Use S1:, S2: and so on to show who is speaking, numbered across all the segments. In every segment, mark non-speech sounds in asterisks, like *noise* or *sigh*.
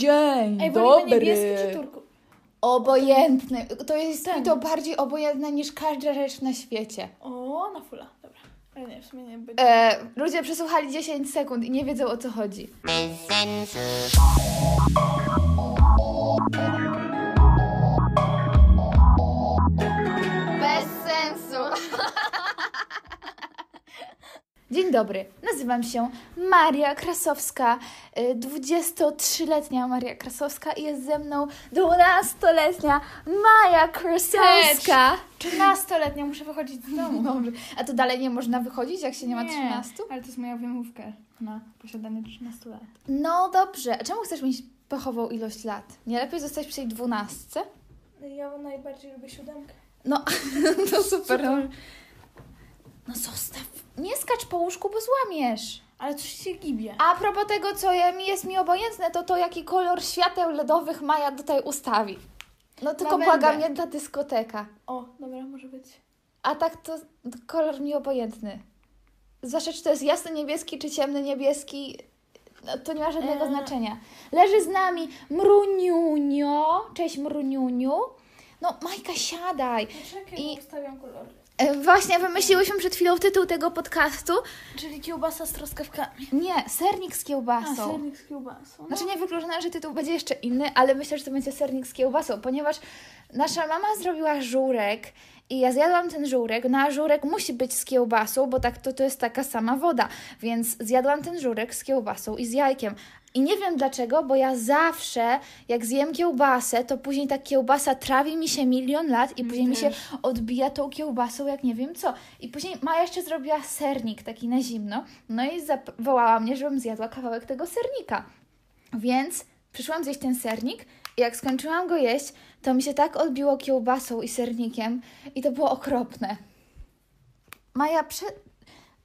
S1: Dzień
S2: Ej, wolimy niebieski czy
S1: dobry.
S2: turku?
S3: Obojętny. To jest
S2: Ten.
S3: mi to bardziej obojętne niż każda rzecz na świecie.
S2: O, na fula, dobra. Ale nie, w sumie nie będzie.
S3: E, ludzie przesłuchali 10 sekund i nie wiedzą o co chodzi. Bez sensu. Dzień dobry, nazywam się Maria Krasowska, y, 23-letnia Maria Krasowska i jest ze mną 12-letnia Maja Krasowska.
S2: 13-letnia, muszę wychodzić z domu.
S3: *laughs* Dobrze. A to dalej nie można wychodzić, jak się nie ma 13?
S2: Ale to jest moja wymówka na posiadanie 13 lat.
S3: No dobrze, a czemu chcesz mieć pechową ilość lat? Nie lepiej zostać przy tej dwunastce?
S2: Ja najbardziej lubię siódemkę.
S3: *laughs* No, to super. No zostaw. Nie skacz po łóżku, bo złamiesz.
S2: Ale coś się gibie.
S3: A propos tego, co ja- mi jest mi obojętne, to to, jaki kolor świateł LEDowych Maja tutaj ustawi. No tylko
S2: Lawendę.
S3: błagam, nie ta dyskoteka.
S2: O, dobra, może być.
S3: A tak to kolor mi obojętny. Zwłaszcza czy to jest jasny niebieski, czy ciemny niebieski, no, to nie ma żadnego
S2: Eee.
S3: znaczenia. Leży z nami Mruniunio. Cześć Mruniuniu. No Majka, siadaj.
S2: Czekaj,
S3: I-
S2: ustawiam kolory.
S3: E, Właśnie wymyśliłyśmy przed chwilą tytuł tego podcastu.
S2: Czyli kiełbasa z troskawkami.
S3: Nie, sernik z
S2: A,
S3: kiełbasą.
S2: sernik z kiełbasą. No.
S3: Znaczy niewykluczone, że tytuł będzie jeszcze inny, ale myślę, że to będzie sernik z kiełbasą, ponieważ nasza mama zrobiła żurek i ja zjadłam ten żurek. No a żurek musi być z kiełbasą, bo tak to, to jest taka sama woda. Więc zjadłam ten żurek z kiełbasą i z jajkiem. I nie wiem dlaczego, bo ja zawsze, jak zjem kiełbasę, to później ta kiełbasa trawi mi się milion lat i później mi się odbija tą kiełbasą, jak nie wiem co. I później Maja jeszcze zrobiła sernik taki na zimno, no i zawołała mnie, żebym zjadła kawałek tego sernika. Więc przyszłam zjeść ten sernik i jak skończyłam go jeść, to mi się tak odbiło kiełbasą i sernikiem i to było okropne. Maja, prze...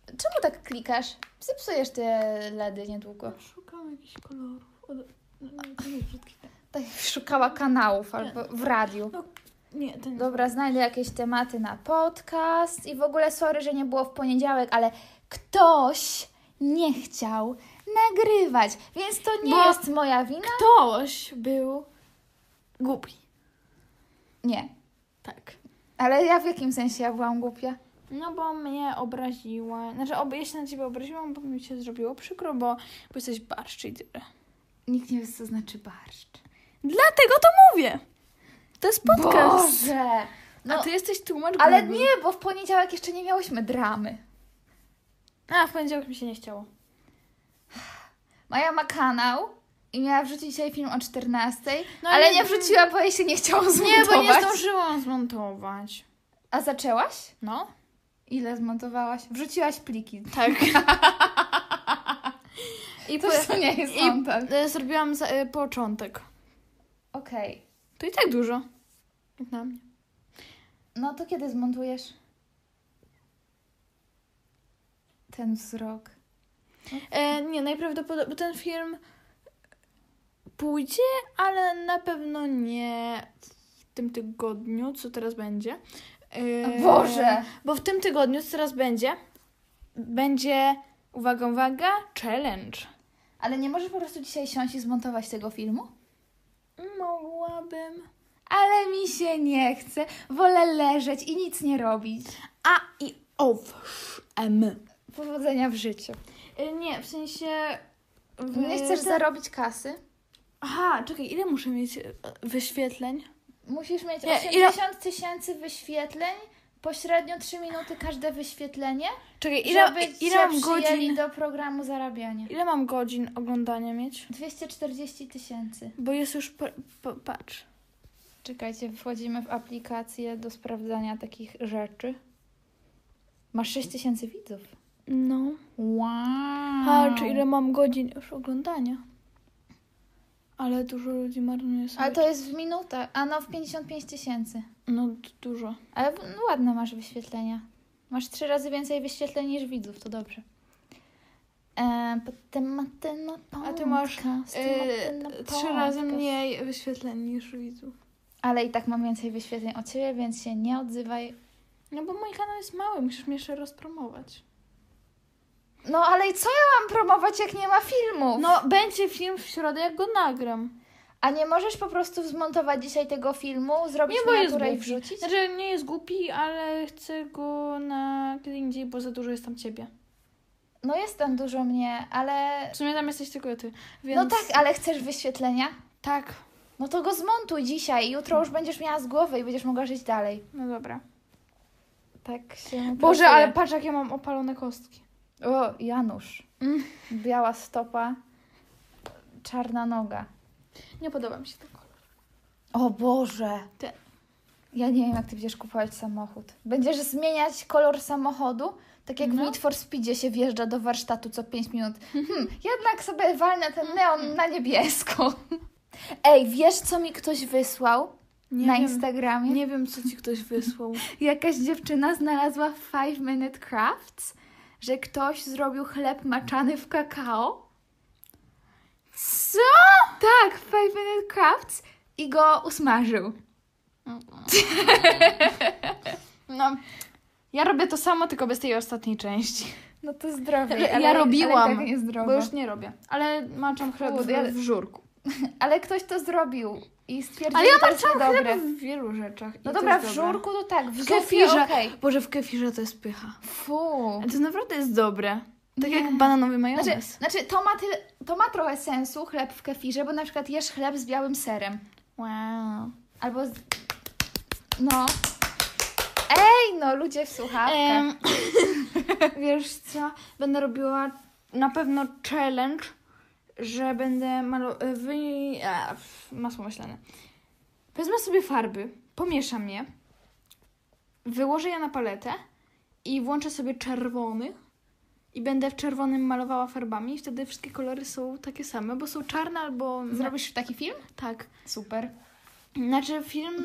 S3: czemu tak klikasz? Zepsujesz te ledy niedługo.
S2: No. Szukam jakichś kolorów. Od... No, nie, to nie jest brzydki.
S3: Tak szukała kanałów albo w radiu.
S2: No, Nie, to nie
S3: Dobra, znajdę jakieś tematy na podcast i w ogóle sorry, że nie było w poniedziałek, ale ktoś nie chciał nagrywać, więc to nie
S2: Bo-
S3: jest moja wina.
S2: Ktoś był głupi.
S3: Nie,
S2: Tak.
S3: ale ja w jakim sensie ja byłam głupia?
S2: No bo mnie obraziła. Znaczy, ob- ja się na ciebie obraziłam, bo mi się zrobiło przykro, bo, bo jesteś barszcz i tyle.
S3: Nikt nie wie, co znaczy barszcz.
S2: Dlatego to mówię! To jest podcast.
S3: Boże! No,
S2: A ty jesteś tłumacz
S3: ale
S2: Google.
S3: nie, bo w poniedziałek jeszcze nie miałyśmy dramy.
S2: A, w poniedziałek mi się nie chciało.
S3: Maja ma kanał i miała wrzucić dzisiaj film o 14,
S2: No,
S3: ale
S2: ale-
S3: nie wrzuciła, bo jej się nie chciało zmontować.
S2: Nie, bo nie zdążyłam zmontować.
S3: A zaczęłaś?
S2: No?
S3: Ile zmontowałaś? Wrzuciłaś pliki.
S2: Tak.
S3: *laughs*
S2: I,
S3: To
S2: po-
S3: w sumie jest
S2: i
S3: montaż.
S2: e, zrobiłam za, e, początek.
S3: Okej.
S2: To i tak dużo. Jak na mnie.
S3: No to kiedy zmontujesz? Ten wzrok.
S2: E, nie, najprawdopodobniej ten film pójdzie, ale na pewno nie w tym tygodniu, co teraz będzie. E,
S3: O Boże!
S2: Bo w tym tygodniu, co teraz będzie, będzie, uwaga, uwaga, challenge.
S3: Ale nie możesz po prostu dzisiaj siąść i zmontować tego filmu?
S2: Mogłabym.
S3: Ale mi się nie chce. Wolę leżeć i nic nie robić.
S2: A i owszem.
S3: Powodzenia w życiu.
S2: E, nie, w sensie... w-
S3: Nie chcesz
S2: ten-
S3: zarobić kasy?
S2: Aha, czekaj, ile muszę mieć e, wyświetleń?
S3: Musisz mieć
S2: Nie,
S3: 80 tysięcy wyświetleń, pośrednio 3 minuty każde wyświetlenie,
S2: Czekaj, ile,
S3: ile, żeby
S2: ile mam
S3: cię przyjęli
S2: godzin...
S3: do programu zarabiania.
S2: Ile mam godzin oglądania mieć?
S3: 240 tysięcy.
S2: Bo jest już. Po, po, patrz.
S3: Czekajcie, wchodzimy w aplikację do sprawdzania takich rzeczy. Masz 6 tysięcy widzów.
S2: No.
S3: Wow.
S2: Patrz, ile mam godzin już oglądania. Ale dużo ludzi marnuje sobie.
S3: Ale to jest w minutach, a no w 55 tysięcy.
S2: No, d- dużo.
S3: Ale w- no, ładne masz wyświetlenia. Masz trzy razy więcej wyświetleń niż widzów, to dobrze. E, tematy na
S2: A ty masz, y,
S3: podcast, tematy na
S2: trzy razy
S3: podcast.
S2: mniej wyświetleń niż widzów.
S3: Ale i tak mam więcej wyświetleń od ciebie, więc się nie odzywaj.
S2: No bo mój kanał jest mały, musisz mnie jeszcze rozpromować.
S3: No ale co ja mam promować, jak nie ma filmów?
S2: No, będzie film w środę, jak go nagram.
S3: A nie możesz po prostu zmontować dzisiaj tego filmu, zrobić
S2: Nie, bo jest
S3: miniaturę i
S2: głupi.
S3: wrzucić?
S2: Znaczy, nie jest głupi, ale chcę go na kiedy indziej, bo za dużo jest tam ciebie.
S3: No jest tam dużo mnie, ale...
S2: W sumie tam jesteś tylko ty, więc...
S3: No tak, ale chcesz wyświetlenia?
S2: Tak,
S3: No to go zmontuj dzisiaj, jutro
S2: Hmm.
S3: już będziesz miała z głowy i będziesz mogła żyć dalej.
S2: no dobra.
S3: Tak się
S2: Boże, ale patrz, jak ja mam opalone kostki.
S3: O, Janusz.
S2: Mm.
S3: Biała stopa, czarna noga.
S2: Nie podoba mi się ten kolor.
S3: O Boże!
S2: Ty.
S3: Ja nie wiem, jak ty będziesz kupować samochód. Będziesz zmieniać kolor samochodu? Tak jak w
S2: No.
S3: Need for Speedzie się wjeżdża do warsztatu co 5 minut. Hmm, jednak sobie walnę
S2: Mm-hmm.
S3: ten neon na niebiesko. Ej, wiesz, co mi ktoś wysłał
S2: Nie
S3: na
S2: wiem.
S3: Instagramie?
S2: Nie wiem, co ci ktoś wysłał.
S3: Jakaś dziewczyna znalazła w 5 Minute Crafts, że ktoś zrobił chleb maczany w kakao.
S2: Co?
S3: Tak, w 5 Minute Crafts i go usmażył.
S2: *laughs* No, ja robię to samo, tylko bez tej ostatniej części.
S3: No to zdrowie.
S2: Ja
S3: ale,
S2: robiłam,
S3: ale i tak nie zdrowo.
S2: Bo już nie robię. Ale maczam chleb
S3: Kurde, ale-
S2: w, w żurku.
S3: Ale ktoś to zrobił i stwierdził,
S2: Ale ja
S3: że to jest
S2: maczam
S3: niedobre.
S2: chleb w wielu rzeczach. i
S3: No
S2: to
S3: dobra, w
S2: jest dobre.
S3: żurku to tak, w
S2: W
S3: zupie
S2: kefirze.
S3: okej.
S2: Boże, w kefirze to jest pycha.
S3: Fu.
S2: Ale to naprawdę jest dobre. Tak
S3: Nie.
S2: jak bananowy majonez.
S3: Znaczy, znaczy to, ma tyle, to ma trochę sensu, chleb w kefirze, bo na przykład jesz chleb z białym serem.
S2: Wow.
S3: Albo z... No. Ej, no ludzie w słuchawkach.
S2: Em, *laughs* wiesz co? Będę robiła na pewno challenge, że będę malo... Wy... A, f- masło myślane. Wezmę sobie farby, pomieszam je, wyłożę je na paletę i włączę sobie czerwony i będę w czerwonym malowała farbami i wtedy wszystkie kolory są takie same, bo są czarne albo...
S3: Zrobisz taki film?
S2: Tak.
S3: Super.
S2: Znaczy film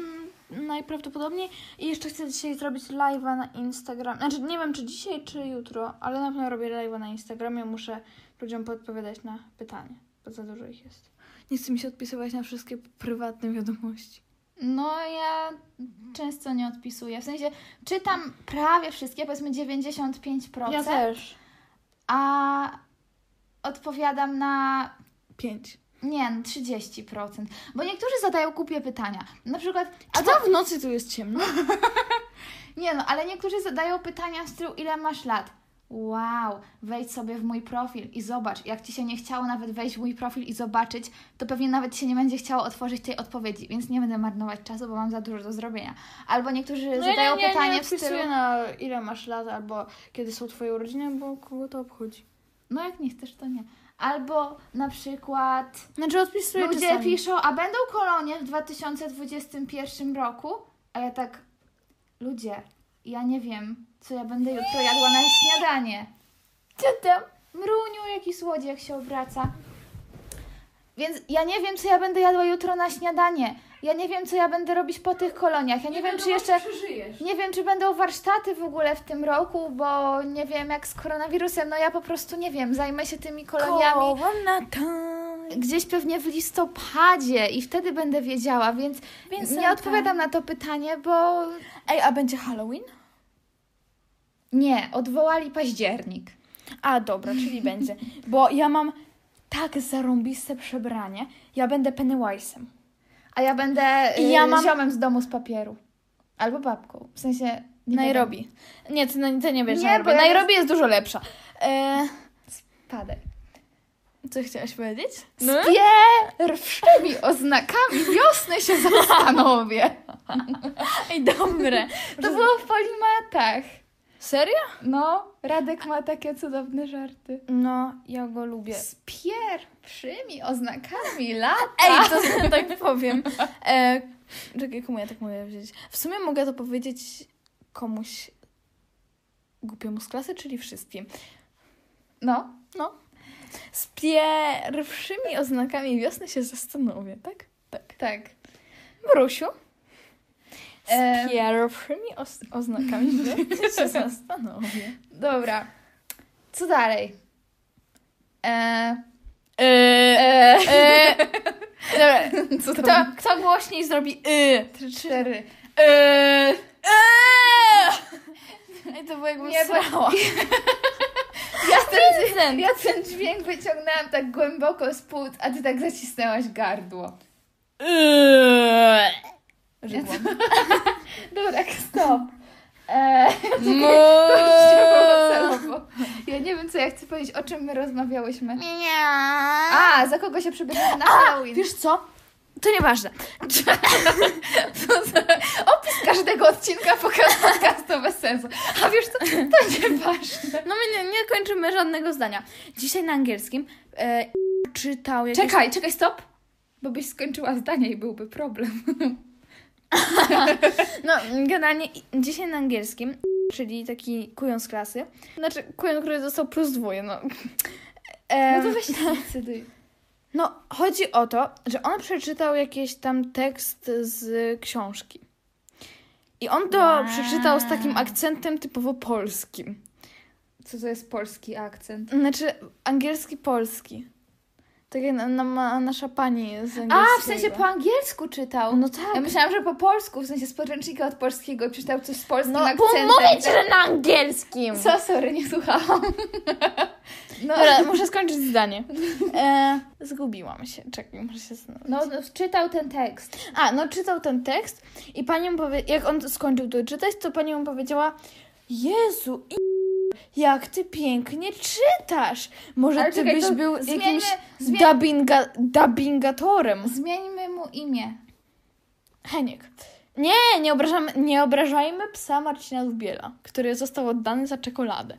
S2: najprawdopodobniej i jeszcze chcę dzisiaj zrobić live'a na Instagram. Znaczy nie wiem czy dzisiaj czy jutro, ale na pewno robię live'a na Instagramie, muszę ludziom podpowiadać na pytanie, bo za dużo ich jest. Nie chcę mi się odpisywać na wszystkie prywatne wiadomości.
S3: No ja często nie odpisuję. W sensie czytam prawie wszystkie, powiedzmy 95%,
S2: Ja też.
S3: a odpowiadam na
S2: Pięć.
S3: nie, no 30%. Bo niektórzy zadają kupie pytania. Na przykład,
S2: A co w nocy tu jest ciemno?
S3: nie no, ale niektórzy zadają pytania w stylu ile masz lat? Wow, wejdź sobie w mój profil i zobacz. Jak ci się nie chciało nawet wejść w mój profil i zobaczyć, to pewnie nawet się nie będzie chciało otworzyć tej odpowiedzi, więc nie będę marnować czasu, bo mam za dużo do zrobienia. Albo niektórzy
S2: No
S3: zadają pytanie w stylu.
S2: odpisuję na ile masz lat albo kiedy są twoje urodziny, bo kogo to obchodzi.
S3: No jak nie chcesz, to nie. Albo na przykład
S2: Znaczy odpisuję
S3: ludzie
S2: czasami.
S3: piszą, a będą kolonie w 2021 roku? A ja tak, ludzie, ja nie wiem, co ja będę jutro jadła na śniadanie. Co tam? Mruniu, jaki słodziek się obraca. Więc ja nie wiem, co ja będę jadła jutro na śniadanie. Ja nie wiem, co ja będę robić po tych koloniach. Ja nie, wiem, czy jeszcze... Nie wiem, czy będą warsztaty w ogóle w tym roku, bo nie wiem jak z koronawirusem. No ja po prostu nie wiem, zajmę się tymi koloniami
S2: na tam.
S3: gdzieś pewnie w listopadzie i wtedy będę wiedziała, więc nie
S2: Vincenta.
S3: odpowiadam na to pytanie, bo
S2: Ej, a będzie Halloween?
S3: nie, odwołali październik.
S2: A, dobra, czyli będzie. Bo ja mam tak zarąbiste przebranie. Ja będę Pennywise'em.
S3: A ja będę
S2: I
S3: y,
S2: ja mam-
S3: ziomem z domu z papieru. Albo babką, w sensie... nie wiadomo.
S2: Nairobi. Nie, ty, no, ty nie wiesz
S3: Nie, bo
S2: Nairobi.
S3: ja
S2: Nairobi jest dużo lepsza. E,
S3: Padek.
S2: co chciałaś powiedzieć?
S3: Z pierwszymi oznakami wiosny się zastanowię.
S2: *laughs* *laughs* Ej, dobre.
S3: To było w Polimatach.
S2: Serio?
S3: No, Radek ma takie cudowne żarty.
S2: No, ja go lubię.
S3: Z pierwszymi oznakami lat.
S2: Ej, to *laughs*
S3: *laughs*
S2: tak powiem. E, czekaj, komu ja tak mogę powiedzieć? W sumie mogę to powiedzieć komuś głupiemu z klasy, czyli wszystkim.
S3: No,
S2: No. Z pierwszymi oznakami wiosny się zastanowię, tak? Tak.
S3: tak.
S2: Brusiu. Z
S3: Em.
S2: pierwszymi os- oznakami wiosny się zastanowię.
S3: Dobra. Co dalej? E,
S2: Eee, eee. Dobra.
S3: *laughs* co to?
S2: Kto, kto głośniej zrobi y?
S3: Trzy, cztery.
S2: E. Eee. Eee. Ej, E. to było jakbym
S3: Nie, bo-
S2: srała.
S3: Ja ten,
S2: Vincent!
S3: ja ten dźwięk wyciągnęłam tak głęboko z płuc, a ty tak zacisnęłaś gardło.
S2: E. Żydło.
S3: *laughs* Dobra, stop. *laughs* Eee, celowo. ja nie wiem, co ja chcę powiedzieć, o czym my rozmawiałyśmy. A, za kogo się przebierzemy na Halloween?
S2: Wiesz co? To nieważne.
S3: Opis każdego odcinka pokaz- *laughs* podcastu bez sensu. A wiesz co, to nieważne.
S2: No my nie, nie kończymy żadnego zdania. Dzisiaj na angielskim e, czytał jakieś...
S3: Czekaj, czekaj, stop. Bo byś skończyła zdanie i byłby problem.
S2: No, generalnie i- dzisiaj na angielskim, czyli taki kujon z klasy. Znaczy, kujon, który dostał plus dwoje, no. *laughs*
S3: No *laughs*
S2: Em,
S3: to weź się zdecyduj.
S2: No, chodzi o to, że on przeczytał jakiś tam tekst z książki. I on to
S3: Wow.
S2: przeczytał z takim akcentem typowo polskim.
S3: Co to jest polski akcent?
S2: Znaczy, angielski-polski. Tak jak na, na, ma- nasza pani z angielskiego.
S3: A, w sensie po angielsku czytał.
S2: No tak.
S3: Ja myślałam, że po polsku, w sensie z podręcznika od polskiego przeczytał coś z polskim
S2: No, bo
S3: akcentem.
S2: mówię ci, że na angielskim!
S3: Co? Sorry, nie słuchałam. No,
S2: Dobra, muszę skończyć zdanie. *laughs* E, zgubiłam się. Czekaj, muszę się znaleźć.
S3: no, no, czytał ten tekst.
S2: A, no czytał ten tekst i pani mu powie... jak on skończył to czytać, to pani mu powiedziała Jezu, i... jak ty pięknie czytasz! Może
S3: Ale
S2: ty
S3: czekaj,
S2: byś
S3: to
S2: był
S3: zmieńmy-
S2: jakimś
S3: zmień-
S2: dubbinga... dubbingatorem.
S3: Zmieńmy mu imię.
S2: Heniek. Nie, nie obrażamy, nie obrażajmy psa Marcina Lubiela, który został oddany za czekoladę.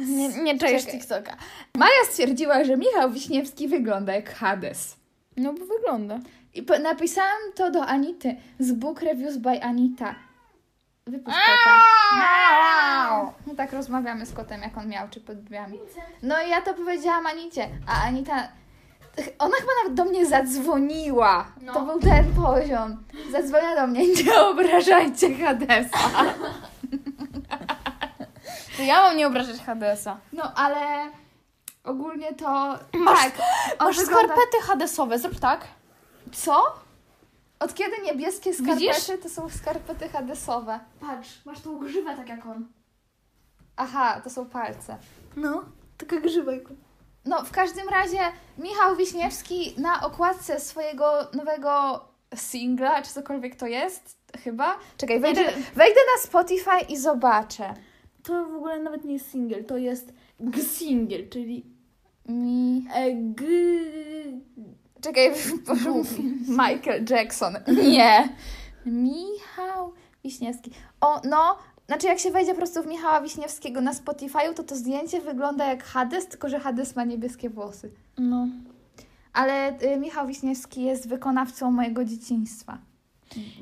S2: Nie, nie czajesz
S3: Czekaj.
S2: TikToka.
S3: Maja stwierdziła, że Michał Wiśniewski wygląda jak Hades.
S2: No bo wygląda.
S3: I po- napisałam to do Anity z Book Reviews by Anita. Wypuść kota. Miau! No tak rozmawiamy z kotem, jak on miał, czy pod drzwiami. No i ja to powiedziałam Anicie, a Anita... Ona chyba nawet do mnie zadzwoniła.
S2: No.
S3: To był ten poziom. Zadzwoniła do mnie, *laughs* nie obrażajcie Hadesa.
S2: To ja mam nie obrażać Hadesa.
S3: No ale ogólnie to...
S2: Masz-
S3: tak, on
S2: Masz
S3: wygląda-
S2: skarpety Hadesowe, zrób tak.
S3: Co? Od kiedy niebieskie skarpety
S2: Widzisz?
S3: to są skarpety hadesowe?
S2: Patrz, masz tą grzywę tak jak on.
S3: Aha, to są palce.
S2: No, taka grzywa jak
S3: No, w każdym razie Michał Wiśniewski na okładce swojego nowego singla, czy cokolwiek to jest, chyba. Czekaj, wejdę,
S2: Jeden-
S3: wejdę na Spotify i zobaczę.
S2: To w ogóle nawet nie jest single, to jest g-single, czyli
S3: Mi...
S2: e, g...
S3: Czekaj, *laughs* proszę. Michael Jackson. Nie. Michał Wiśniewski. O, no, znaczy jak się wejdzie po prostu w Michała Wiśniewskiego na Spotify, to to zdjęcie wygląda jak Hades, tylko że Hades ma niebieskie włosy.
S2: No.
S3: Ale y, Michał Wiśniewski jest wykonawcą mojego dzieciństwa.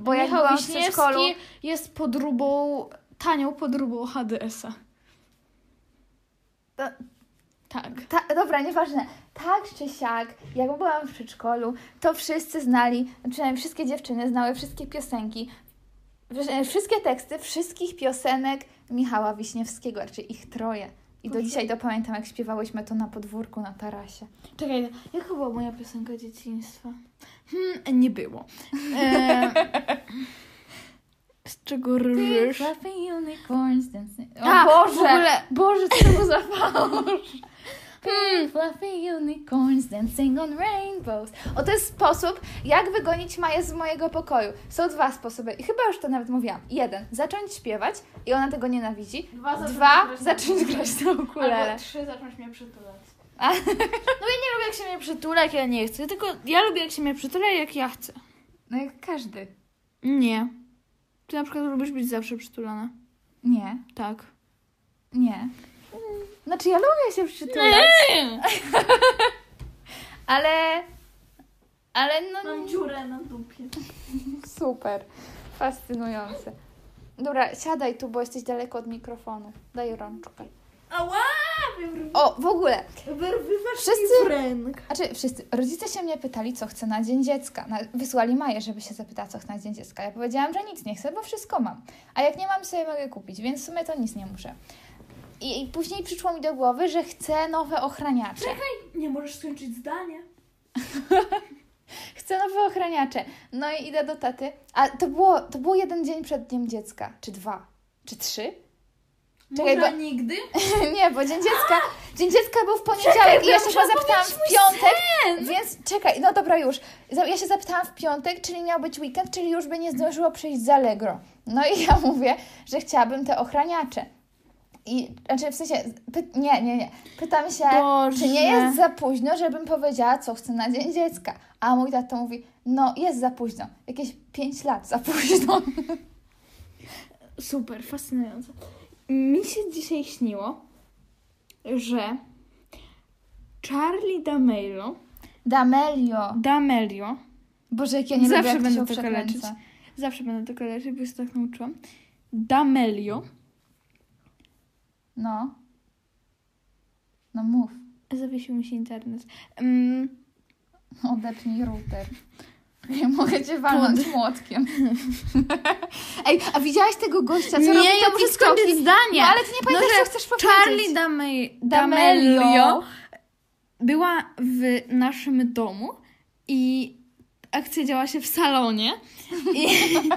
S3: Bo jak
S2: Michał
S3: byłam w
S2: Wiśniewski
S3: przedszkolu...
S2: jest podróbą, tanią podróbą HDS-a.
S3: Ta-
S2: Tak.
S3: Ta, dobra, nieważne. Tak czy siak, jak byłam w przedszkolu, to wszyscy znali, przynajmniej wszystkie dziewczyny znały wszystkie piosenki, wrze- wszystkie teksty wszystkich piosenek Michała Wiśniewskiego, raczej ich troje. I do
S2: Boże.
S3: dzisiaj to pamiętam, jak śpiewałyśmy to na podwórku, na tarasie.
S2: Czekaj, jaka była moja piosenka dzieciństwa? Hmm, nie było. E... Z czego rżysz?
S3: unicorns dancing... O
S2: A,
S3: Boże!
S2: Tak, w ogóle-
S3: Boże, co to było
S2: *laughs*
S3: za fałsz?
S2: Hmm.
S3: Pink fluffy unicorns dancing on rainbows. O, to jest sposób, jak wygonić Maję z mojego pokoju. Są dwa sposoby i chyba już to nawet mówiłam. Jeden, zacząć śpiewać i ona tego nienawidzi.
S2: Dwa,
S3: Dwa, zacząć grać na ukulele.
S2: Albo trzy, zacząć mnie przytulać.
S3: A.
S2: No ja nie lubię, jak się mnie przytula, jak ja nie chcę. Tylko ja lubię, jak się mnie przytula, jak ja chcę.
S3: No jak każdy.
S2: Nie. Ty na przykład lubisz być zawsze przytulana.
S3: Nie,
S2: Tak.
S3: nie.
S2: Hmm.
S3: Znaczy ja lubię się przytulać, ale... Ale no...
S2: dziurę na dupie.
S3: Super. Fascynujące. Dobra, siadaj tu, bo jesteś daleko od mikrofonu. Daj rączkę.
S2: Ała!
S3: O, w ogóle.
S2: Wyrwywasz
S3: Wszyscy-
S2: ręk.
S3: Znaczy, wszyscy, rodzice się mnie pytali, co chce na Dzień Dziecka. Na, wysłali Maję, żeby się zapytała, co chce na Dzień Dziecka. Ja powiedziałam, że nic nie chcę, bo wszystko mam. A jak nie mam, sobie mogę kupić, więc w sumie to nic nie muszę. I, i później przyszło mi do głowy, że chcę nowe ochraniacze.
S2: Nie możesz skończyć zdania.
S3: Chcę nowe ochraniacze. No i idę do taty. A to było, to było jeden dzień przed Dniem Dziecka. Czy dwa? Czy trzy? Czekaj,
S1: Może
S3: bo-
S1: nigdy?
S3: *laughs* Nie, bo dzień dziecka, dzień dziecka był w poniedziałek i ja się
S2: muszę
S3: chyba zapytałam w piątek, więc czekaj, no dobra już. Za- Ja się zapytałam w piątek, czyli miał być weekend, czyli już by nie zdążyło przyjść z Allegro. No i ja mówię, że chciałabym te ochraniacze. I, znaczy w sensie, py- nie, nie, nie. Pytam się,
S2: Boże.
S3: czy nie jest za późno, żebym powiedziała, co chcę na Dzień Dziecka. A mój tato mówi, no jest za późno. Jakieś 5 lat za późno.
S2: Super, fascynujące. Mi się dzisiaj śniło, że Charlie D'Amelio,
S3: Damelio.
S2: D'Amelio
S3: Boże, jak ja nie
S2: Zawsze
S3: lubię, jak
S2: będę
S3: to się
S2: tylko
S3: przekręca.
S2: leczyć. zawsze będę to kojarzyć, bo się tak nauczyłam, D'Amelio
S3: No. No mów. *laughs*
S2: Zawiesił mi się internet. Mm,
S3: Odepnij router. Nie mogę cię walnąć młotkiem. *laughs* Ej, a widziałaś tego gościa, co
S2: nie,
S3: robi
S2: ja
S3: te
S2: muszę
S3: TikToki?
S2: skończyć zdanie.
S3: No ale ty nie pamiętasz,
S2: że
S3: co chcesz powiedzieć.
S2: Charlie D'Ame- D'Amelio była w naszym domu i akcja działa się w salonie. I, *laughs*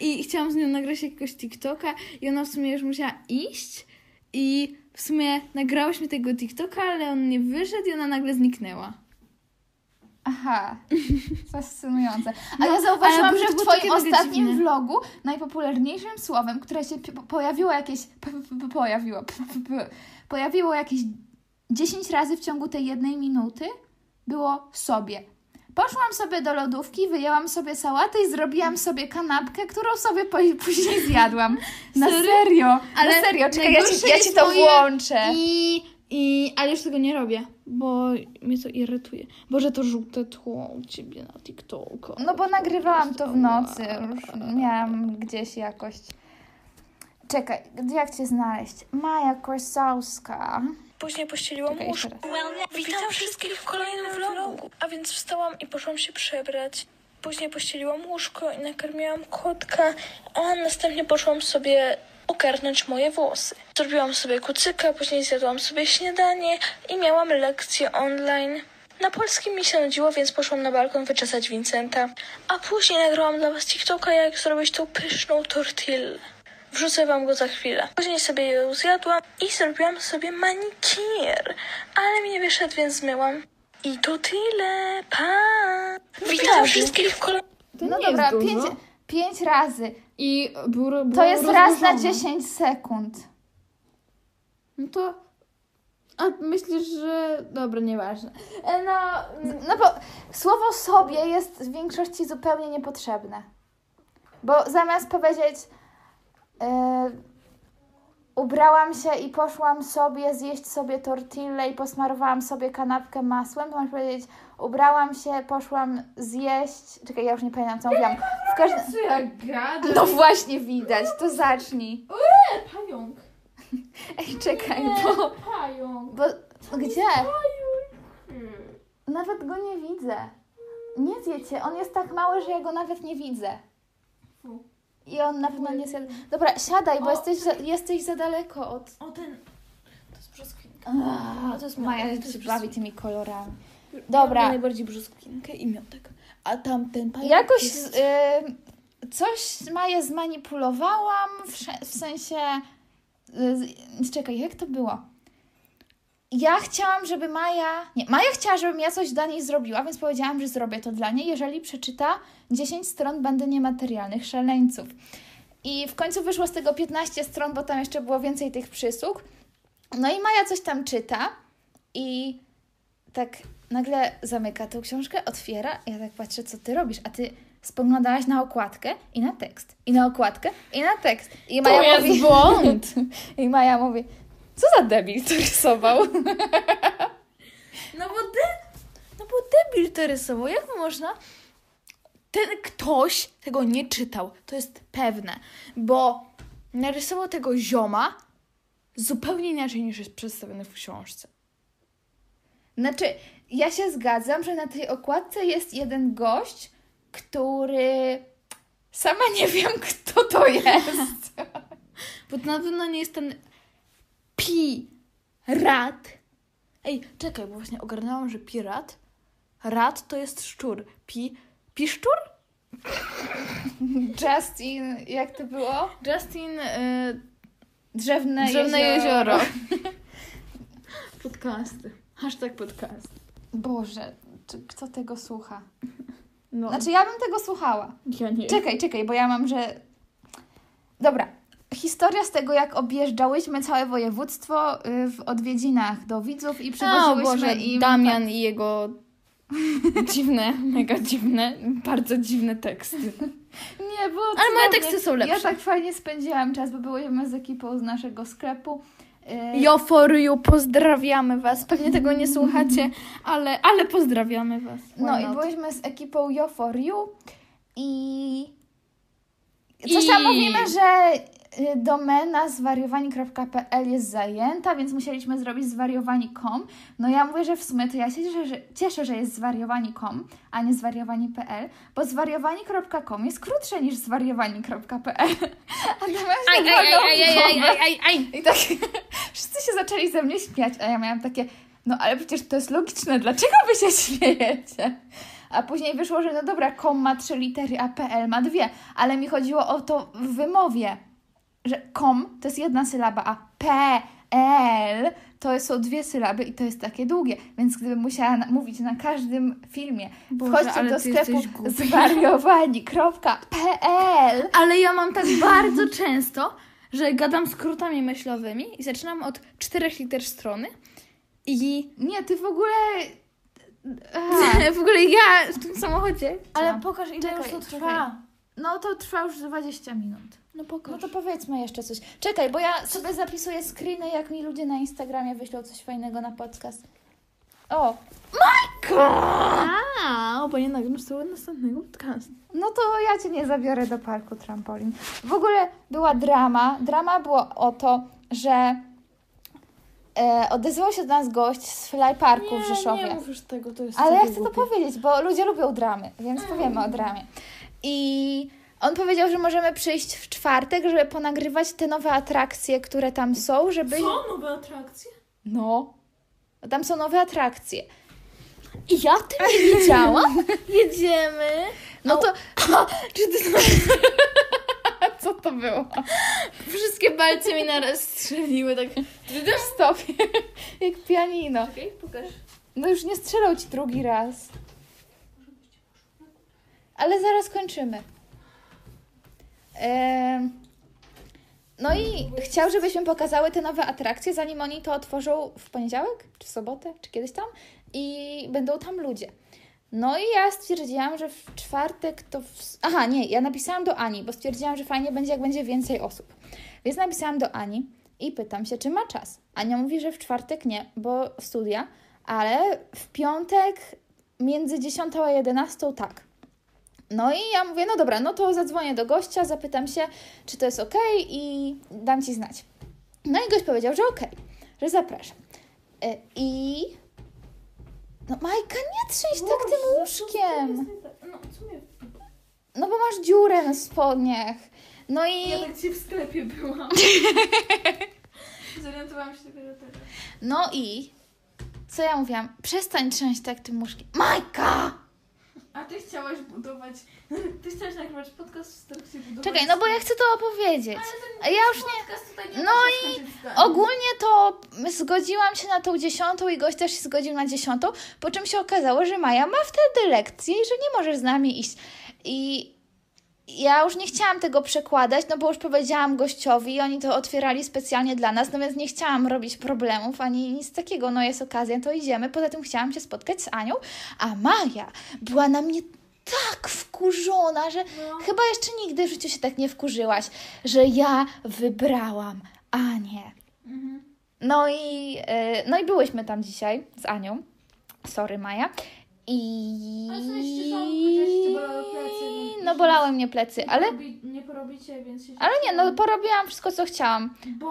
S2: I chciałam z nią nagrać jakiegoś TikToka i ona w sumie już musiała iść i w sumie nagrałyśmy tego TikToka, ale on nie wyszedł i ona nagle zniknęła. *laughs*
S3: Aha, fascynujące. A
S2: No,
S3: ja zauważyłam,
S2: ale
S3: że
S2: było
S3: w
S2: to
S3: twoim
S2: takie
S3: ostatnim
S2: dziwne.
S3: vlogu najpopularniejszym słowem, które się pi- pojawiło jakieś... p- p- p- pojawiło... p- p- p- pojawiło jakieś 10 razy w ciągu tej jednej minuty, było sobie. Poszłam sobie do lodówki, wyjęłam sobie sałatę i zrobiłam sobie kanapkę, którą sobie po, później zjadłam. Na
S2: Sorry,
S3: serio,
S2: ale
S3: na serio. Czekaj, ja
S2: najgorsze
S3: ci, ja ci
S2: jest
S3: to
S2: moje-
S3: włączę.
S2: I, i, ale już tego nie robię, bo mnie to irytuje. Boże, to żółte tło u ciebie na TikToku.
S3: No bo nagrywałam to w nocy, już miałam gdzieś jakoś. Czekaj, jak cię znaleźć? Maja Korsauska.
S4: Później pościeliłam
S3: Czekaj,
S4: łóżko. no, Witam wszystkich w kolejnym vlogu. A więc wstałam i poszłam się przebrać. Później pościeliłam łóżko i nakarmiłam kotka, a następnie poszłam sobie ogarnąć moje włosy. Zrobiłam sobie kucyka, później zjadłam sobie śniadanie i miałam lekcję online. Na polskim mi się nudziło, więc poszłam na balkon wyczesać Vincenta. A później nagrałam dla was TikToka, jak zrobić tą pyszną tortillę. Wrzucę wam go za chwilę. Później sobie ją zjadłam i zrobiłam sobie manikier. Ale mi nie wyszedł, więc zmyłam. I to tyle. Pa!
S2: No
S4: Witam wszystkich w kolejnym...
S2: To
S3: no
S2: nie
S3: dobra,
S2: jest dużo.
S3: pięć, pięć razy.
S2: I było, było
S3: To jest raz na
S2: rozłożone.
S3: 10 sekund.
S2: No to... A myślisz, że... Dobra, nieważne. E, No...
S3: No bo słowo sobie jest w większości zupełnie niepotrzebne. Bo zamiast powiedzieć yy, ubrałam się i poszłam sobie zjeść sobie tortillę i posmarowałam sobie kanapkę masłem, to masz powiedzieć ubrałam się, poszłam zjeść... Czekaj, ja już nie pamiętam, co mówiłam. W każdym...
S2: Co ja gadam?
S3: No właśnie widać, to zacznij.
S2: Pająk.
S3: Ej, czekaj, bo...
S2: Pająk.
S3: bo gdzie?
S2: Hmm.
S3: Nawet go nie widzę. Nie zjecie, on jest tak mały, że ja go nawet nie widzę.
S2: Fu.
S3: I on na pewno nie zjada. Dobra, siadaj, bo
S2: O,
S3: jesteś, za, jesteś za daleko od.
S2: O ten... To jest brzoskwinka.
S3: Ugh,
S2: to jest
S3: Maja
S2: miodek,
S3: się
S2: to jest
S3: bawi tymi kolorami.
S2: Ja
S3: Dobra,
S2: lubię najbardziej brzoskwinkę i miodek. A tamten pająk
S3: jakoś
S2: jest-
S3: y, coś Maję zmanipulowałam, w, sze- w sensie. y, z- czekaj, jak to było? Ja chciałam, żeby Maja. Nie, Maja chciała, żebym ja coś dla niej zrobiła, więc powiedziałam, że zrobię to dla niej, jeżeli przeczyta 10 stron bandy niematerialnych szaleńców. I w końcu wyszło z tego 15 stron, bo tam jeszcze było więcej tych przysług. No i Maja coś tam czyta i tak nagle zamyka tą książkę, otwiera. Ja tak patrzę, co ty robisz, a ty spoglądałaś na okładkę i na tekst, i na okładkę i na tekst. I Maja
S2: jest
S3: mówi,
S2: błąd.
S3: *laughs* I Maja mówi, co za debil to rysował. *laughs*
S2: No bo, de- no bo debil to rysował. Jak można? Ten ktoś tego nie czytał. To jest pewne. Bo narysował tego zioma zupełnie inaczej niż jest przedstawiony w książce.
S3: Znaczy, ja się zgadzam, że na tej okładce jest jeden gość, który... Sama nie wiem, kto to
S2: *laughs*
S3: jest.
S2: Bo to na pewno nie jest ten pirat. Ej, czekaj, bo właśnie ogarnęłam, że pirat. Rat to jest szczur. Pi... Piszczur?
S3: Justin, jak to było?
S2: Justin... Y-
S3: Drzewne,
S2: Drzewne
S3: jezioro.
S2: jezioro. *laughs* Podcasty. Hashtag podcast.
S3: Boże, czy, kto tego słucha?
S2: No,
S3: Znaczy, ja bym tego słuchała.
S2: ja nie.
S3: Czekaj, czekaj, bo ja mam, że. Dobra. Historia z tego, jak objeżdżałyśmy całe województwo y, w odwiedzinach do widzów i
S2: O
S3: przywoziłyśmy
S2: Boże,
S3: im... tak-
S2: Damian i jego *laughs* dziwne, mega dziwne, bardzo dziwne teksty.
S3: Tak. Nie, było
S2: Ale moje
S3: cudownie.
S2: teksty są
S3: Ja
S2: lepsze.
S3: tak fajnie spędziłam czas, bo byłyśmy z ekipą z naszego sklepu. Y,
S2: Jo for you, pozdrawiamy was. Pewnie tego nie słuchacie, ale, ale pozdrawiamy was. Why
S3: No i
S2: not?
S3: byłyśmy z ekipą Yo For You i... Coś tam
S2: I-
S3: mówimy, że y, domena zwariowani.pl jest zajęta, więc musieliśmy zrobić zwariowani.com. No ja mówię, że w sumie to ja się cieszę, że, cieszę, że jest zwariowani.com, a nie zwariowani.pl, bo zwariowani.com jest krótsze niż zwariowani.pl. *laughs* A natomiast
S2: Aj, aj, aj, aj, aj, aj, aj, aj.
S3: i tak *laughs* wszyscy się zaczęli ze mnie śmiać, a ja miałam takie, no ale przecież to jest logiczne, dlaczego wy się *laughs* śmiejecie? A później wyszło, że no dobra, kom ma trzy litery, a PL ma dwie, ale mi chodziło o to w wymowie, że kom to jest jedna sylaba, a PL to są dwie sylaby i to jest takie długie, więc gdybym musiała na- mówić na każdym filmie,
S2: Boże,
S3: wchodźcie
S2: ale
S3: do
S2: ty
S3: sklepu
S2: jesteś głupia.
S3: zwariowani.pl
S2: Ale ja mam tak bardzo często, że gadam skrótami myślowymi i zaczynam od czterech liter strony i
S3: Nie, ty w ogóle... e,
S2: *laughs* w ogóle ja w tym samochodzie.
S3: Tak. Ale
S2: pokaż ile
S3: Czekaj, czekaj. No to trwa już 20 minut.
S2: No pokaż.
S3: No to powiedzmy jeszcze coś. Czekaj, bo ja sobie zapisuję screeny, jak mi ludzie na Instagramie wyślą coś fajnego na podcast. O,
S2: A, bo nie nagram sobie następnego podcastu.
S3: no to ja cię nie zabiorę do parku trampolin. W ogóle była drama. Drama było o to, że e, odezwał się do nas gość z Fly Parku w Rzeszowie.
S2: nie mów już tego, to jest
S3: Ale ja
S2: takie
S3: chcę to
S2: głupie.
S3: powiedzieć, bo ludzie lubią dramy, więc powiemy
S2: Mm.
S3: o dramie. I on powiedział, że możemy przyjść w czwartek, żeby ponagrywać te nowe atrakcje, które tam są, żeby.
S2: Co? Nowe atrakcje?
S3: No. Tam są nowe atrakcje.
S2: I ja tym *laughs*
S3: Widziałam?
S2: jedziemy.
S3: No to
S2: Czy ty
S3: *laughs* co to było?
S2: Wszystkie palce mi naraz strzeliły tak.
S3: Stopie. *laughs* Jak pianino.
S2: Okej, pokaż.
S3: No już nie strzelał ci drugi raz. Ale zaraz kończymy. Em, No i chciał, żebyśmy pokazały te nowe atrakcje, zanim oni to otworzą w poniedziałek, czy w sobotę, czy kiedyś tam. I będą tam ludzie. No i ja stwierdziłam, że w czwartek to. W... Aha, nie, ja napisałam do Ani, bo stwierdziłam, że fajnie będzie, jak będzie więcej osób. Więc napisałam do Ani i pytam się, czy ma czas. Ania mówi, że w czwartek nie, bo studia, ale w piątek między 10 a 11 tak. No i ja mówię, no dobra, no to zadzwonię do gościa, zapytam się, czy to jest ok i dam ci znać. No i gość powiedział, że ok, że zapraszam. E, I. No, Majka, nie trzęść tak tym łóżkiem.
S2: No, co mnie...
S3: No bo masz dziurę na spodniach. No i.
S2: Ja tak cię w sklepie byłam. Zorientowałam się dopiero teraz.
S3: No i. Co ja mówiłam? Przestań trzęść tak tym łóżkiem. Majka!
S2: A ty chciałaś budować... Ty chciałaś nagrywać podcast w trakcie budowania...
S3: Czekaj, no bo ja chcę to opowiedzieć. A ja już nie.
S2: Podcast tutaj
S3: No
S2: możesz
S3: i
S2: skończyć zdania.
S3: Ogólnie to zgodziłam się na tą dziesiątą i gość też się zgodził na dziesiątą, po czym się okazało, że Maja ma wtedy lekcję i że nie możesz z nami iść. I ja już nie chciałam tego przekładać, no bo już powiedziałam gościowi i oni to otwierali specjalnie dla nas, no więc nie chciałam robić problemów ani nic takiego. No jest okazja, to idziemy. Poza tym chciałam się spotkać z Anią, a Maja była na mnie tak wkurzona, że chyba jeszcze nigdy w życiu się tak nie wkurzyłaś, że ja wybrałam Anię. No i, yy, no i byłyśmy tam dzisiaj z Anią. Sorry, Maja. I...
S2: Ale sobie ściszało, powiedziałaś, że cię bolały plecy, więc-
S3: No bolały mnie plecy, ale,
S2: Robi- Nie porobicie, więc się...
S3: ale nie, no porobiłam wszystko, co chciałam.
S2: Bo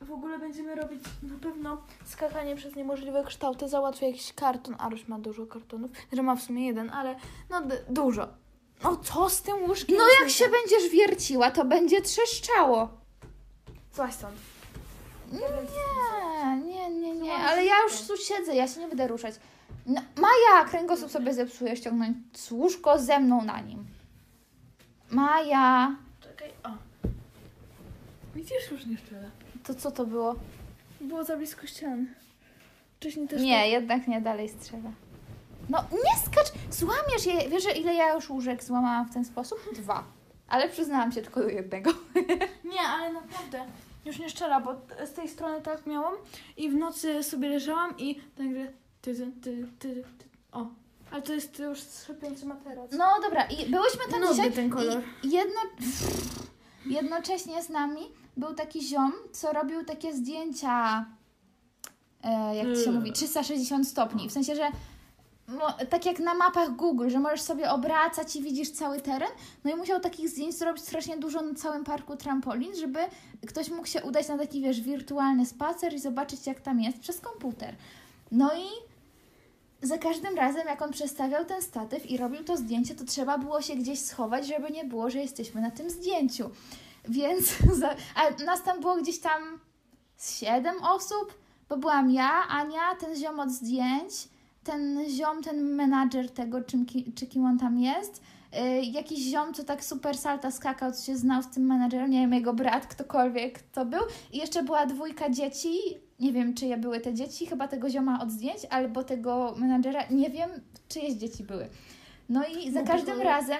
S2: w ogóle będziemy robić na pewno skakanie przez niemożliwe kształty. Załatwię jakiś karton. Aruś ma dużo kartonów. Że ma w sumie jeden, ale no d- dużo. No co z tym łóżkiem?
S3: No jak się będziesz wierciła, to będzie trzeszczało.
S2: Złaś stąd.
S3: Nie, nie, nie, nie, ale ja już tu siedzę, ja się nie będę ruszać. No, Maja, kręgosłup sobie zepsuje, ściągnąć z łóżko ze mną na nim. Maja,
S2: Czekaj, o. I Widzisz, już nie wcale.
S3: To co to było?
S2: Było za blisko ścian. Wcześniej też
S3: Nie, jednak nie dalej strzela. No nie skacz! Złamiesz je! Wiesz, że ile ja już łóżek złamałam w ten sposób? Dwa. Ale przyznałam się tylko do jednego.
S2: Nie, ale naprawdę. Już nie szczera, bo t- z tej strony tak miałam i w nocy sobie leżałam i tak że ty, ty, ty, ty, ty. O, ale to jest już skrzepiący materac.
S3: No dobra, i byłyśmy tam
S2: Nudny
S3: dzisiaj.
S2: ten kolor.
S3: I jedno... *laughs* Jednocześnie z nami był taki ziom, co robił takie zdjęcia, e, jak to się
S2: Mm.
S3: mówi, 360 stopni. W sensie, że mo, tak jak na mapach Google, że możesz sobie obracać i widzisz cały teren. No i musiał takich zdjęć zrobić strasznie dużo na całym parku trampolin, żeby ktoś mógł się udać na taki, wiesz, wirtualny spacer i zobaczyć, jak tam jest przez komputer. No i za każdym razem, jak on przestawiał ten statyw i robił to zdjęcie, to trzeba było się gdzieś schować, żeby nie było, że jesteśmy na tym zdjęciu. Więc *laughs* za, a nas tam było gdzieś tam z siedem osób, bo byłam ja, Ania, ten ziom od zdjęć, ten ziom, ten menadżer tego, czym, ki, czy kim on tam jest, yy, jakiś ziom, co tak super salta skakał, co się znał z tym menadżerem, nie wiem, jego brat, ktokolwiek to był. I jeszcze była dwójka dzieci, nie wiem, czyje były te dzieci, chyba tego zioma od zdjęć, albo tego menadżera, nie wiem, czyjeś dzieci były. No i za
S2: No,
S3: każdym
S2: były.
S3: razem,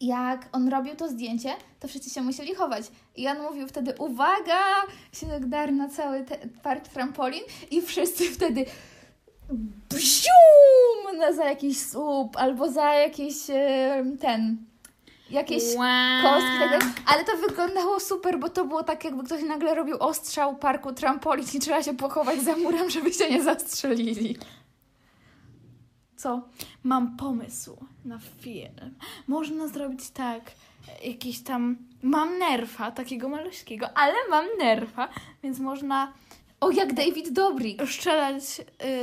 S3: jak on robił to zdjęcie, to wszyscy się musieli chować. I on mówił wtedy, uwaga, się tak dar na cały te, park trampolin i wszyscy wtedy bzium na, za jakiś słup albo za jakiś e, ten, jakieś kostki, tak dalej. ale to wyglądało super, bo to było tak, jakby ktoś nagle robił ostrzał parku trampolin i trzeba się pochować za murem, *laughs* żeby się nie zastrzelili. Co?
S2: Mam pomysł na film. Można zrobić tak, e, jakiś tam. Mam nerfa, takiego maluśkiego, ale mam nerfa, więc można
S3: O, jak David Dobrik.
S2: strzelać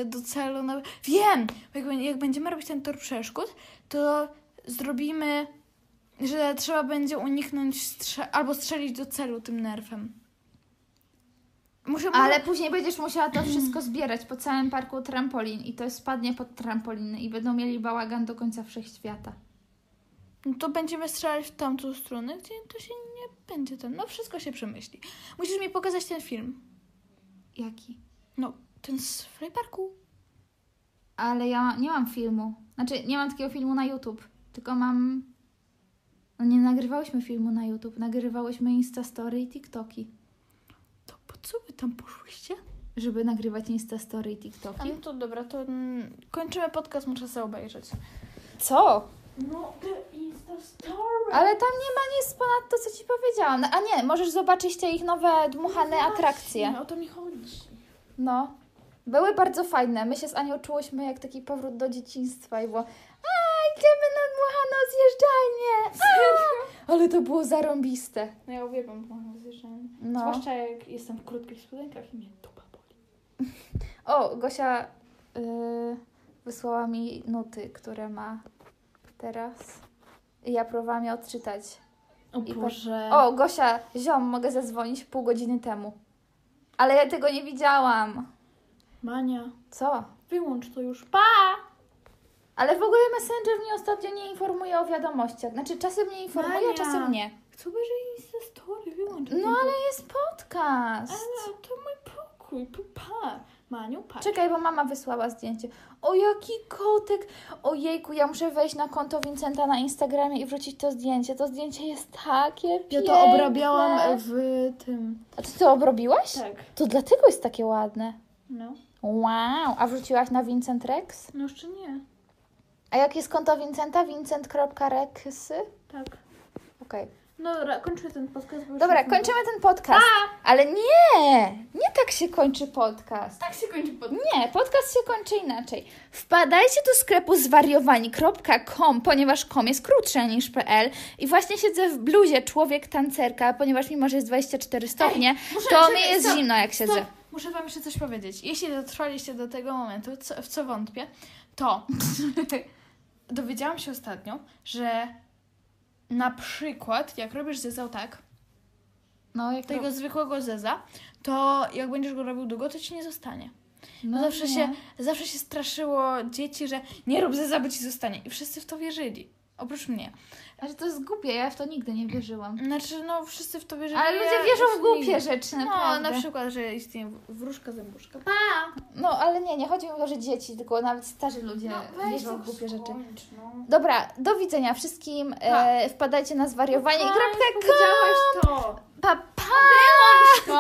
S2: y, do celu. Na... Wiem! bo Jak, jak będziemy robić ten tor przeszkód, to zrobimy, że trzeba będzie uniknąć strze- albo strzelić do celu tym nerfem. Muszę,
S3: Ale później będziesz musiała to wszystko zbierać po całym parku trampolin i to spadnie pod trampoliny i będą mieli bałagan do końca wszechświata.
S2: No to będziemy strzelać w tamtą stronę, gdzie to się nie będzie ten. No wszystko się przemyśli. Musisz mi pokazać ten film.
S3: Jaki?
S2: No, ten z Flyparku.
S3: Ale ja nie mam filmu. Znaczy, nie mam takiego filmu na YouTube, tylko mam... No nie nagrywałyśmy filmu na YouTube, nagrywałyśmy Instastory i TikToki.
S2: To po co wy tam poszłyście?
S3: Żeby nagrywać Instastory i TikToki.
S2: no to dobra, to kończymy podcast, muszę sobie obejrzeć.
S3: Co?
S2: No, the Insta Story.
S3: Ale tam nie ma nic ponad to, co ci powiedziałam. No, a nie, możesz zobaczyć te ich nowe dmuchane atrakcje.
S2: o to mi chodzi.
S3: No. Były bardzo fajne. My się z Anią czułyśmy jak taki powrót do dzieciństwa i było a idziemy na dmuchaną zjeżdżalnię! A! Ale to było zarąbiste.
S2: No ja uwielbiam pomysł zjeżdżania.
S3: No.
S2: Zwłaszcza jak jestem w krótkich spodenkach i mnie dupa boli.
S3: O, Gosia y, wysłała mi nuty, które ma teraz. I ja próbowałam je odczytać.
S2: tak- O
S3: I po-
S2: Boże.
S3: O, Gosia, ziom, mogę zadzwonić pół godziny temu. Ale ja tego nie widziałam.
S2: Mania,
S3: Co?
S2: wyłącz to już. Pa!
S3: Ale w ogóle Messenger mnie ostatnio nie informuje o wiadomościach. Znaczy, czasem mnie informuje,
S2: Mania.
S3: czasem nie.
S2: Chcę obejrzeć Insta Story, wyłącz.
S3: No ale jest podcast.
S2: Ale no. to mój pokój, pa, pa. Maniu, pa.
S3: Czekaj, bo mama wysłała zdjęcie. O jaki kotek! Ojejku, ja muszę wejść na konto Vincenta na Instagramie i wrzucić to zdjęcie. To zdjęcie jest takie piękne.
S2: Ja to obrabiałam w tym.
S3: A ty to obrobiłaś?
S2: Tak.
S3: To dlatego jest takie ładne.
S2: No.
S3: Wow! A wrzuciłaś na Vincent Rex?
S2: No jeszcze nie.
S3: A jak jest konto Vincenta? Vincent.rexy?
S2: Tak.
S3: Okej.
S2: No dobra, kończmy ten podcast. Bo już
S3: Dobra,
S2: nie-
S3: kończymy ten podcast. Ale nie! Nie tak się kończy podcast.
S2: Tak się kończy podcast.
S3: Nie, podcast się kończy inaczej. Wpadajcie do sklepu zwariowani.com, ponieważ com jest krótsze niż pl i właśnie siedzę w bluzie człowiek tancerka, ponieważ mimo, że jest 24 stopnie,
S2: muszę-
S3: to mi
S2: czekaj,
S3: jest
S2: stop,
S3: zimno jak siedzę.
S2: Stop, muszę wam jeszcze coś powiedzieć. Jeśli dotrwaliście do tego momentu, co, w co wątpię, to *laughs* dowiedziałam się ostatnio, że na przykład jak robisz zezał tak,
S3: No, jak
S2: tego zwykłego zeza, to jak będziesz go robił długo, to ci nie zostanie.
S3: no
S2: Bo zawsze,
S3: nie.
S2: się, zawsze się straszyło dzieci, że nie rób zeza, bo ci zostanie. I wszyscy w to wierzyli. Oprócz mnie.
S3: Ale to jest głupie, ja w to nigdy nie wierzyłam.
S2: Znaczy, no wszyscy w to wierzyli.
S3: Ale ludzie
S2: ja
S3: wierzą w
S2: istnieję.
S3: głupie rzeczy,
S2: No,
S3: naprawdę.
S2: na przykład, że istnieje w- wróżka, zębuszka.
S3: No, ale nie, nie chodzi mi o to, że dzieci, tylko nawet starzy ludzie wierzą No, w głupie rzeczy.
S2: No.
S3: Dobra, do widzenia wszystkim. E, wpadajcie na zwariowanie. i Kropka,
S2: Widziałaś to!
S3: pa, pa!
S2: No.